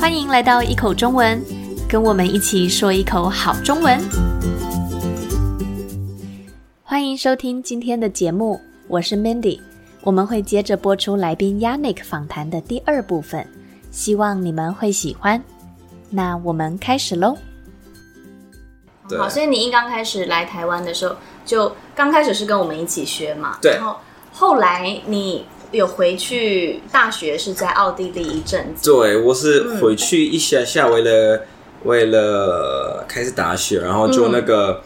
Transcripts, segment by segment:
欢迎来到一口中文，跟我们一起说一口好中文。欢迎收听今天的节目，我是 Mandy。我们会接着播出来宾 Yannick 访谈的第二部分，希望你们会喜欢。那我们开始喽。对好，所以你一刚开始来台湾的时候，就刚开始是跟我们一起学嘛，对然后后来你有回去大学是在奥地利一阵子，对，我是回去一下下，为了、为了开始打雪，然后就那嗯个、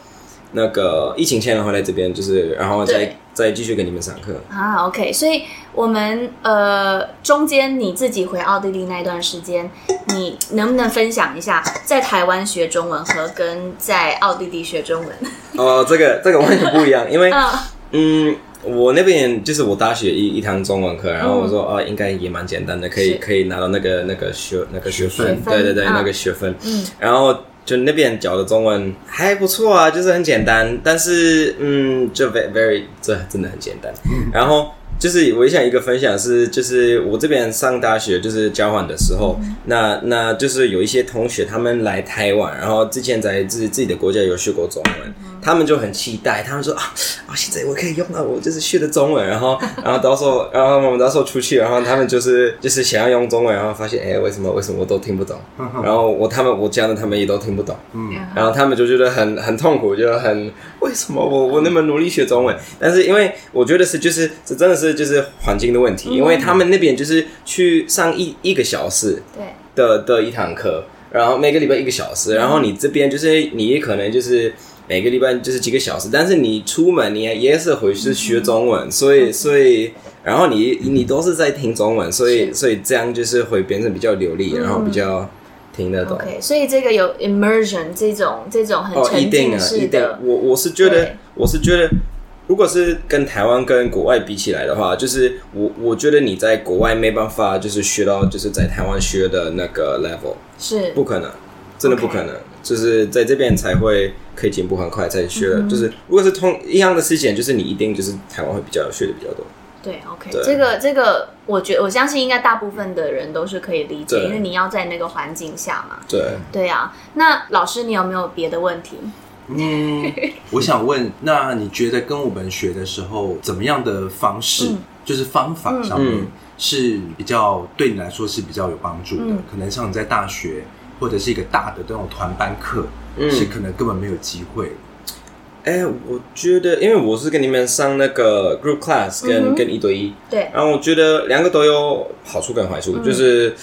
那个疫情前回来这边，就是然后再对再继续给你们上课。啊，OK，所以我们呃中间你自己回奥地利那段时间，你能不能分享一下在台湾学中文和跟在奥地利学中文？哦，这个这个完全不一样，因为 嗯嗯，我那边就是我大学一一堂中文课，然后嗯我说哦，应该也蛮简单的，可以是可以拿到那个那个学那个学分学，分对对对，啊那个学分。嗯，然后就那边教的中文还不错啊，就是很简单，但是嗯，就 very very 这真的很简单。然后就是我想一个分享是，就是我这边上大学就是交换的时候，那那就是有一些同学他们来台湾，然后之前在自自己的国家有学过中文，他们就很期待，他们说啊啊，现在我可以用到我就是学的中文，然后 然后到时候然后我们到时候出去，然后他们就是就是想要用中文，然后发现哎、为什么为什么我都听不懂，然后我他们我讲的他们也都听不懂，然后他们就觉得很很痛苦，就很为什么我我那么努力学中文，但是因为我觉得是就是这真的是就是环境的问题，因为他们那边就是去上一一个小时对，的的一堂课，然后每个礼拜一个小时，然后你这边就是你也可能就是每个礼拜就是几个小时，但是你出门你也也是回去学中文，所以所以然后你你都是在听中文，所以是所以这样就是会变成比较流利，然后比较听得懂。 OK，所以这个有 immersion 这种这种很哦，一沉定浸啊，式一定的，。我我是觉得对，我是觉得，如果是跟台湾跟国外比起来的话，就是我我觉得你在国外没办法，就是学到就是在台湾学的那个 level，是不可能，真的不可能。就是在这边才会可以进步很快，才学嗯的。就是如果是同一样的事情，就是你一定就是台湾会比较学的比较多。对，OK，对这个这个，我觉我相信应该大部分的人都是可以理解，对因为你要在那个环境下嘛。对，对啊，那老师，你有没有别的问题？嗯， 我想问，那你觉得跟我们学的时候，怎么样的方式，嗯就是方法上面、嗯是比较对你来说是比较有帮助的？嗯可能像你在大学或者是一个大的这种团班课，嗯是可能根本没有机会。哎、我觉得，因为我是跟你们上那个 group class 跟、嗯哼跟一对一，对，然后我觉得两个都有好处跟坏处，嗯就是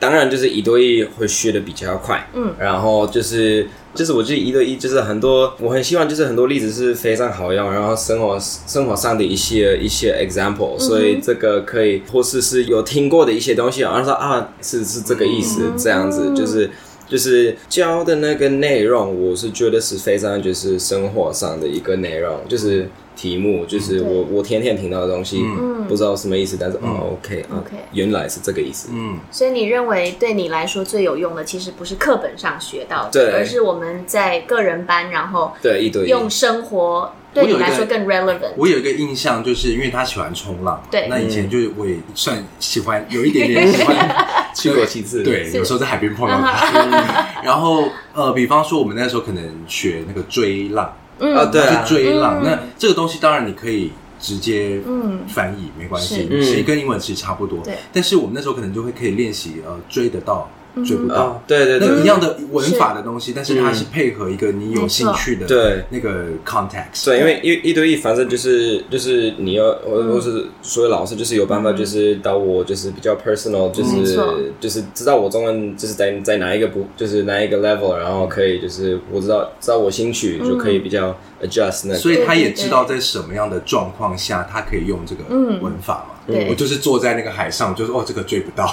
当然就是一对一会学的比较快，嗯然后就是就是我觉得一对一就是很多，我很希望就是很多例子是非常好用，然后生活生活上的一些一些 example，、所以这个可以或是是有听过的一些东西，然后说啊是是这个意思，嗯这样子就是。就是教的那个内容，我是觉得是非常就是生活上的一个内容，就是题目，就是嗯对我我天天听到的东西，嗯不知道什么意思，但是、嗯哦，OK 啊 OK 原来是这个意思。嗯，所以你认为对你来说最有用的，其实不是课本上学到的，对而是我们在个人班，然后对，一对一，用生活对你来说更 relevant。我有一个印象，就是因为他喜欢冲浪嘛，对那以前就是我也算喜欢，有一点点喜 欢去过几次，对，有时候在海边碰到嗯他。然后呃，比方说我们那时候可能学那个追浪，嗯啊，对啊去，追浪。嗯那这个东西当然你可以直接嗯翻译，没关系，是其实跟英文其实差不多对。但是我们那时候可能就会可以练习呃追得到，嗯追不到。啊，对对嗯那对，一样的文法的东西，但是它是配合一个你有兴趣的嗯对那个 context。对，因为一一对一，反正就是就是你要，嗯或或是所有老师就是有办法，就是到我就是比较 personal，就没是错就是知道我中文就是在在哪一个不就是哪一个 level，然后可以就是我知道知道我兴趣就可以嗯比较 adjust 那个，所以他也知道对在什么样的状况下，他可以用这个嗯文法嘛。对我就是坐在那个海上，就是哦，这个追不 到，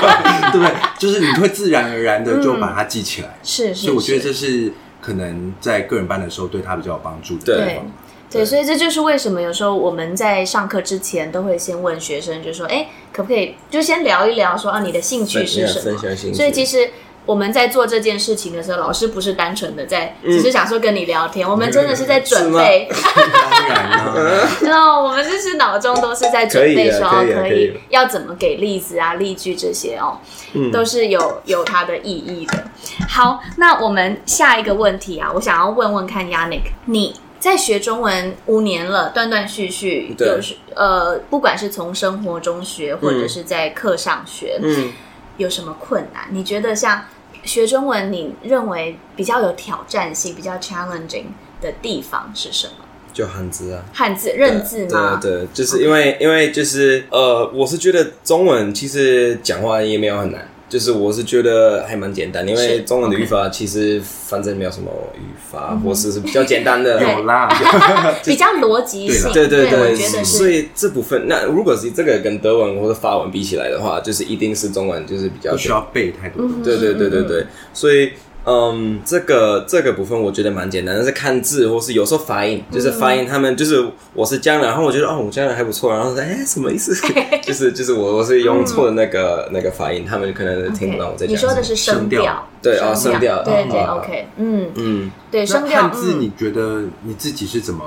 对不对？就是你会自然而然的就把它记起来。是是，所以我觉得是这是可能在个人班的时候对他比较有帮助的。对对对，所以这就是为什么有时候我们在上课之前都会先问学生，就说：“哎，可不可以就先聊一聊说，啊，你的兴趣分是什么分？”享兴趣，所以其实我们在做这件事情的时候，老师不是单纯的在，只是想说跟你聊天，我们真的是在准备，当然啦，然后我们就是脑中都是在准备说可哦以啊可以啊可可以嗯以啊要怎么给例子啊、例句这些哦，嗯都是有有它的意义的。好，那我们下一个问题啊，我想要问问看 Yannick，你在学中文五年了，断断续续，对有时呃，不管是从生活中学，或者嗯是在课上学，嗯，有什么困难？你觉得像学中文，你认为比较有挑战性、比较 challenging 的地方是什么？就汉字啊。汉字认字吗？对对，就是因为因为就是呃，我是觉得中文其实讲话也没有很难，就是我是觉得还蛮简单，因为是嗯中文的语法其实反正没有什么语法，或是是比较简单的。对有啦，比较逻辑性，对对我对，觉所得是以这部分，那如果是这个跟德文或者法文比起来的话，就是一定是中文就是比较不需要背太多嗯东西。对对对对对，所以嗯，这个这个部分我觉得蛮简单，但是看字或是有时候发音，嗯就是发音他们就是我是江南，然后我觉得哦我江南还不错，然后说哎什么意 思？就是就是我我是用错的那个、那个发音，他们可能听不懂我在 OK，讲你什说么。的是声声调调，对啊声声调对对啊啊，OK，嗯，嗯，对那声调，汉字嗯，你觉得你自己是怎么？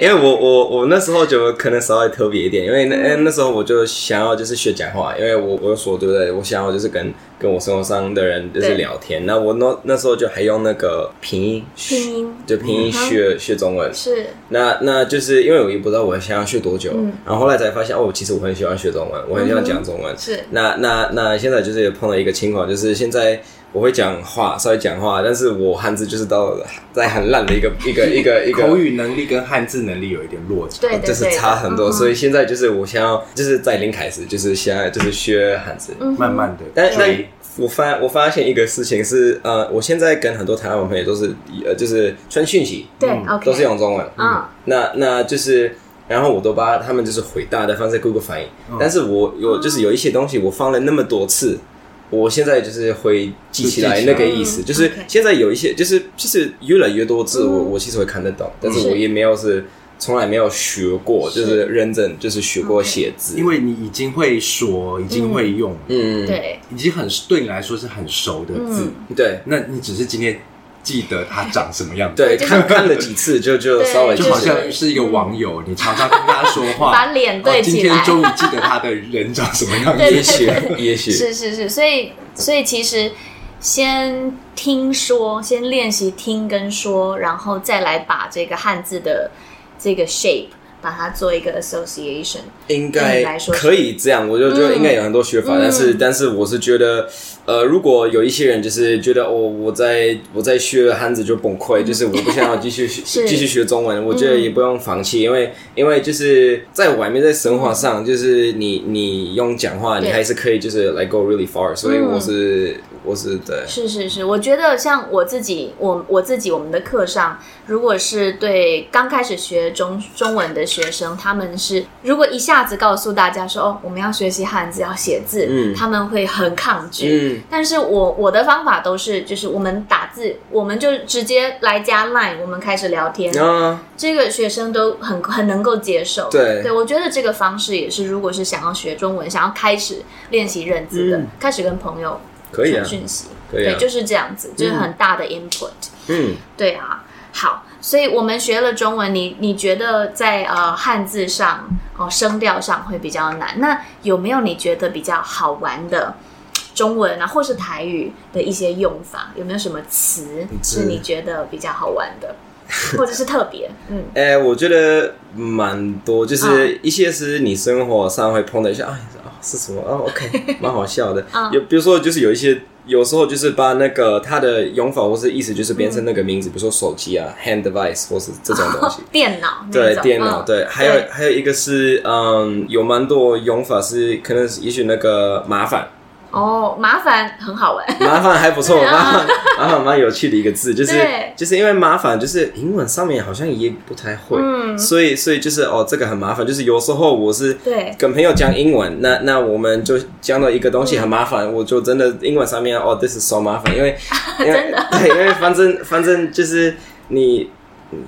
因为我我我那时候就可能稍微特别一点，因为那、嗯那时候我就想要就是学讲话，因为我我有说对不对？我想要就是跟跟我生活上的人就是对聊天，那我那那时候就还用那个拼音学，拼音嗯就拼音学、学中文，是那那就是因为我也不知道我想要学多久，嗯然后后来才发现哦，其实我很喜欢学中文，我很喜欢讲中文。是那那那现在就是也碰到一个情况，就是现在我会讲话，稍微讲话，但是我汉字就是到在很烂的一个一个一个一个口语能力跟汉字能力有一点落差。对对就是对，差很多，嗯所以现在就是我想要就是在零开始，就是现在就是学汉字。嗯慢慢的，但但对我发我发现一个事情是，呃，我现在跟很多台湾朋友都是呃，就是传讯息，对嗯，OK，都是用中文。嗯，那那就是，然后我都把他们就是回答的方式 Google 翻译，嗯但是我有就是有一些东西我放了那么多次，我现在就是会记起来就记起那来个意思，嗯就是，OK 现在有一些就是就是越来越多字，嗯我我其实会看得懂，但是是我也没有是从来没有学过，是就是认真就是学过 OK 写字，因为你已经会说，已经会用，嗯对，已经很对你来说是很熟的字，嗯，对那你只是今天记得它长什么样子。对，就是看看了几次就就对稍微就就是好像是一个网友，你常常跟他说 话，把脸对哦今起来天 终于记得他的人长什么样子。也许 也许是是是，所以所以其实先听说，先练习听跟说，然后再来把这个汉字的这个 shape 把它做一个 association。应对你来该说是可以这样，我就觉得嗯应该有很多学法，嗯但是但是我是觉得，呃，如果有一些人就是觉得哦，我在我在学汉字就崩溃，就是我不想要继续学嗯 是嗯继续学中文，我觉得也不用放弃，因为因为就是在外面在生活上，就是你你用讲话，嗯对你还是可以就是来 go really far，所以嗯我是我是对，是是是，我觉得像我自己，我我自己我们的课上，如果是对刚开始学中中文的学生，他们是如果一下子告诉大家说哦，我们要学习汉字，要写字，嗯他们会很抗拒。嗯但是我我的方法都是，就是我们打字，我们就直接来加 Line，我们开始聊天，啊，这个学生都很很能够接受。对我觉得这个方式也是，如果是想要学中文，想要开始练习认字的，嗯开始跟朋友可以啊传，讯息，可以啊对，就是这样子，就是很大的 input。嗯。对啊，好，所以我们学了中文，你你觉得在呃汉字上哦、声调上会比较难？那有没有你觉得比较好玩的中文啊，或是台语的一些用法？有没有什么词是是你觉得比较好玩的，或者是特别？嗯，哎、我觉得蛮多，就是一些是你生活上会碰到一些啊、啊是什么啊？OK，蛮 好笑的。嗯有比如说，就是有一些有时候就是把那个它的用法或是意思，就是变成那个名字，比如说手机啊、hand device 或是这种东 西。电脑哦那对种电脑，嗯对，还有还有一个是，嗯，有蛮多用法是，可能是也许那个麻烦， 哦，麻烦很好玩，麻烦还不错，对啊麻烦麻烦蛮有趣的一个字，就是对就是因为麻烦，就是英文上面好像也不太会，嗯所以所以就是哦，这个很麻烦，就是有时候我是对跟朋友讲英文，那那我们就讲到一个东嗯西很麻烦，我就真的英文上面哦，this is so 麻烦，因 为因为真的对，因为反正反正就是你。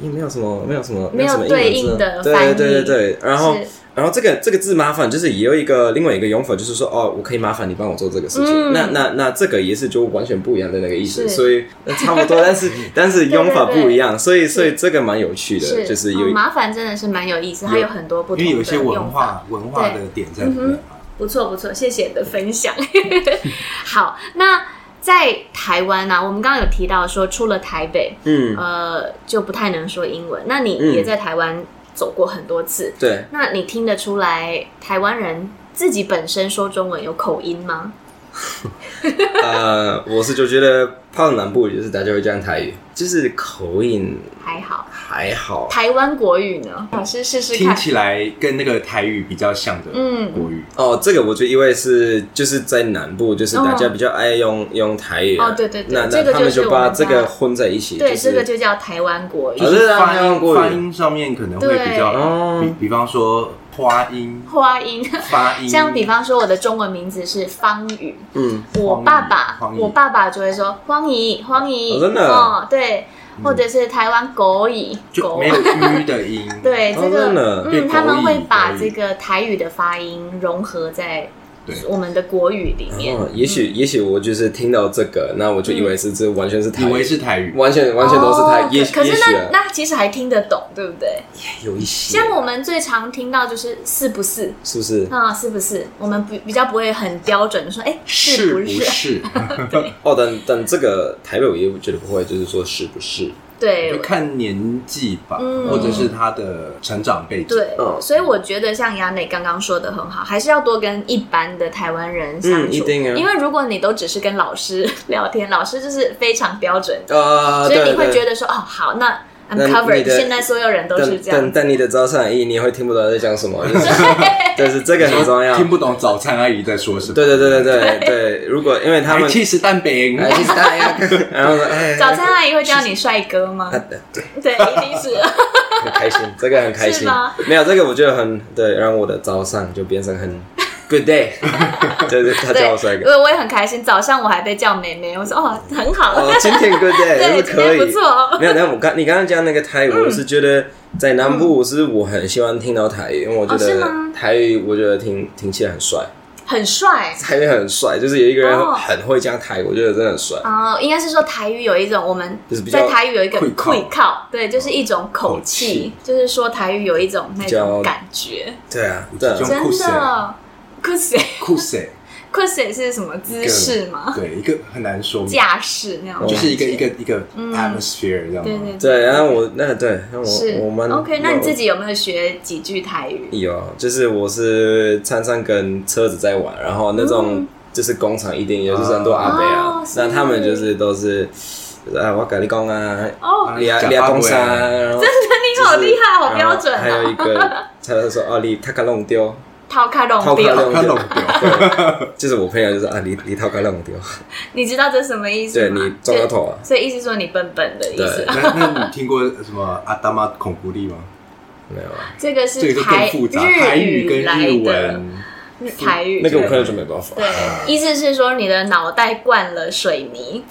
也没有什么，没有什么，没有什么对英文应的字翻译对对对对，然后是然后这个这个字麻烦，就是也有一个另外一个用法，就是说哦，我可以麻烦你帮我做这个事情。嗯那那那这个也是就完全不一样的那个意思，是所以那差不多，但是但是用法不一样，所以所以这个蛮有趣的，是，就是哦有、麻烦真的是蛮有意思，它有很多不同的因为有一些文用法嗯化文化的点在里面啊嘛。不错不错，谢谢你的分享。 好，那在台湾呢、啊，我们刚刚有提到说，出了台北，嗯，呃，就不太能说英文。那你嗯也在台湾走过很多次，对，那你听得出来台湾人自己本身说中文有口音吗？呃，我是就觉得到南部就是大家会讲台语，就是口音还好，还好，台湾国语呢？老师试试听看。起来跟那个台语比较像的嗯国语，哦，这个我觉得因为是就是在南部，就是大家比较爱用、用台语啊、哦哦对对对那这个那他们就是就我把们这家个混在一起，对，就是这个就叫台湾国语。嗯可是啊发还用音国语发音上面可能会比对较，哦比比方说花音、花音，发音，像比方说我的中文名字是方宇，嗯，我爸爸荒，姨我爸爸就会说荒姨，荒姨，哦真的嗯哦，对，或者是台湾狗语，就狗没有 u 的音， 对哦这真个的，变嗯，狗他们语会把狗这语个台语的发音融合在对我们的国语里面。嗯哦，也许也许我就是听到这个，那我就以为是这完全是台以为语，是台语，完全完全都是台哦语，也可可也是许那啊，那其实还听得懂，对不对？有一些，像我们最常听到就是是不是是不是？啊，是不是？我们不比较不会很标准的说，哎，是不不是？哦，但但这个台北我也觉得不会，就是说是不是？对 就，看年纪吧，嗯或者是他的成长背景。对，嗯所以我觉得像亚美刚刚说的很好，还是要多跟一般的台湾人相处，嗯一定啊因为如果你都只是跟老师 聊天，老师就是非常标准的，啊，所以你对会对觉得说，哦，好，那 I'm 那你 covered，的现在所有人都是但这样但。但你的早餐阿姨你会听不懂在讲什 么，就是但是这个很重要。听不懂早餐阿姨在说什么。对对对对对对，如果因为他还们哎气死蛋饼，哎其实大家 然后说哎，早餐阿姨会叫你帅哥吗？ 对，一定是。很开心，这个很开是心吗。没有这个，我觉得很对，让我的早上就变成 很 good day，就是 他对，叫我帅哥。我我也很开心。早上我还被叫妹妹，我说哦，很好。哦，今天 good day，对，就是今可天以。不错哦。没有，但我刚你刚刚讲那个台语，我是觉得在南部是我很喜欢听到台语，因为我觉嗯哦是得吗台语我觉得听听起来很帅，很帅台语很帅，就是有一个哦人很会讲台语，我觉得真的很帅。哦，应该是说台语有一种我们就是比较在台语有一个会靠会靠，对，就是一种口口气气，就是说台语有一种那比较种感觉，对啊，对啊就，真酷死的了。酷谁 酷死！ 欸酷谁是什么姿势 吗？对，一个很难说明，架势那种，就是一个一个一个嗯 atmosphere 这样对吗。对对，然后我那对，然后是我我们 OK。那你自己。己有没有学几句台语？有，哦就是我是常常跟车子在玩，然后那种就是工厂一定有，就是很多阿伯啊嗯哦，是那他们就是都是，就是啊，我跟你讲啊，哦， 你啊假你啊发公尾啥，啊然后你好厉害，好然标后准还有一啊！个， 他就说哦，你他卡弄丢，套卡龙套卡标，弄看丢懂， 掉，对就是我朋友就是啊，你你套卡弄丢，你知道这什么意思对吗？你撞到头啊就所以意思说你笨笨的意对。思那那你听过什么阿达玛孔古力吗？没有啊，这个这是个台更复杂，台语跟来的日嗯文。台语，那个我对朋友就没办法，对，意思是说你的脑袋灌了水泥，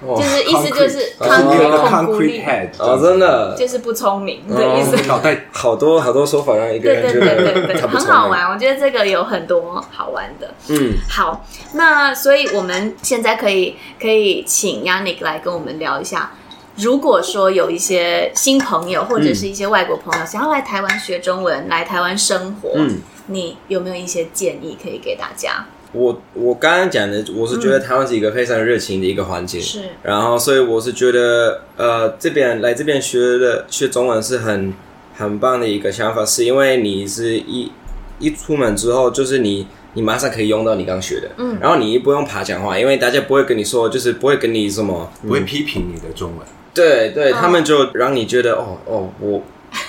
哦就是意思就是 Concrete，康哦定有一个控孤 concrete 立， head 哦，真，的就是不聪明的意思。脑袋好多好多说法让一个 对对人觉对对得对，他不很聪好明，玩，我觉得这个有很多好玩的。嗯。好，那所以我们现在可以可以请 Yannick 来跟我们聊一下。如果说有一些新朋友或者是一些外国朋友想要来台湾学中文、来台湾生活，嗯你有没有一些建议可以给大家？我我刚刚讲的，我是觉得台湾是一个非常热情的一个环境，是然后所以我是觉得，呃，这边来这边学的学中文是很很棒的一个想法，是因为你是一一出门之后，就是你你马上可以用到你刚学的，嗯然后你不用爬讲话，因为大家不会跟你说，就是不会跟你什么，不会批评你的中文，对对，嗯他们就让你觉得，哦哦，我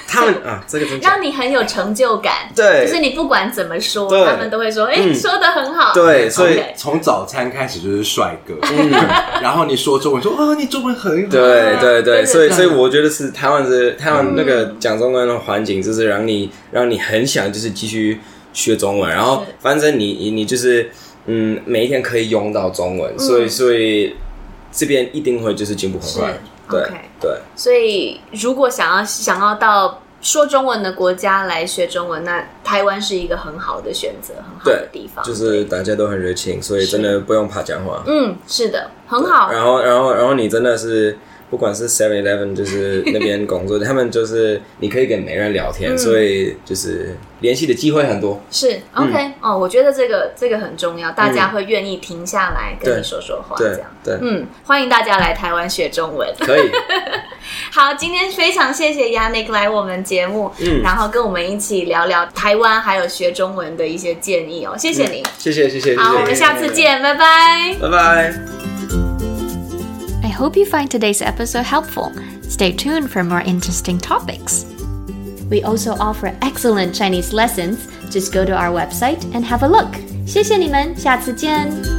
他 们啊，这个真假让你很有成就感。对就是你不管怎么说，对他们都会说：“哎、嗯说的很好。”对 所以嗯 OK 从早餐开始就是帅哥， 然后你说中文说啊，你中文很 对好，对对对对，所以对所以我觉得是台湾是台湾那个讲中文的环境，就是让你让你很想就是继续学中文，然后是反正你你你就是嗯每一天可以用到中嗯文，所以所以这边一定会就是进步很快是，对 OK 对，所以如果想要想要到说中文的国家来学中文，那台湾是一个很好的选择，很好的对地方。就是大家都很热情，所以真的不用怕讲话。嗯，是的，很好。然后，然后，然后你真的是，不管是 Seven Eleven，就是那边工 作，他们就是你可以跟每个人聊天，嗯所以就是联系的机会很多。是嗯 OK、哦，我觉得这个这个很重要，大家会愿意停下来跟你对说说话，这对样。对，嗯，欢迎大家来台湾学中文。可以，好，今天非常谢谢 Yannick 来我们节目，嗯然后跟我们一起聊聊台湾还有学中文的一些建议哦，谢谢你。谢谢，嗯谢谢，谢谢。好，我们下次，见，拜拜。拜拜。 I hope you find today's episode helpful. Stay tuned for more interesting topics. We also offer excellent Chinese lessons. Just go to our website and have a look. 谢谢你们，下次见。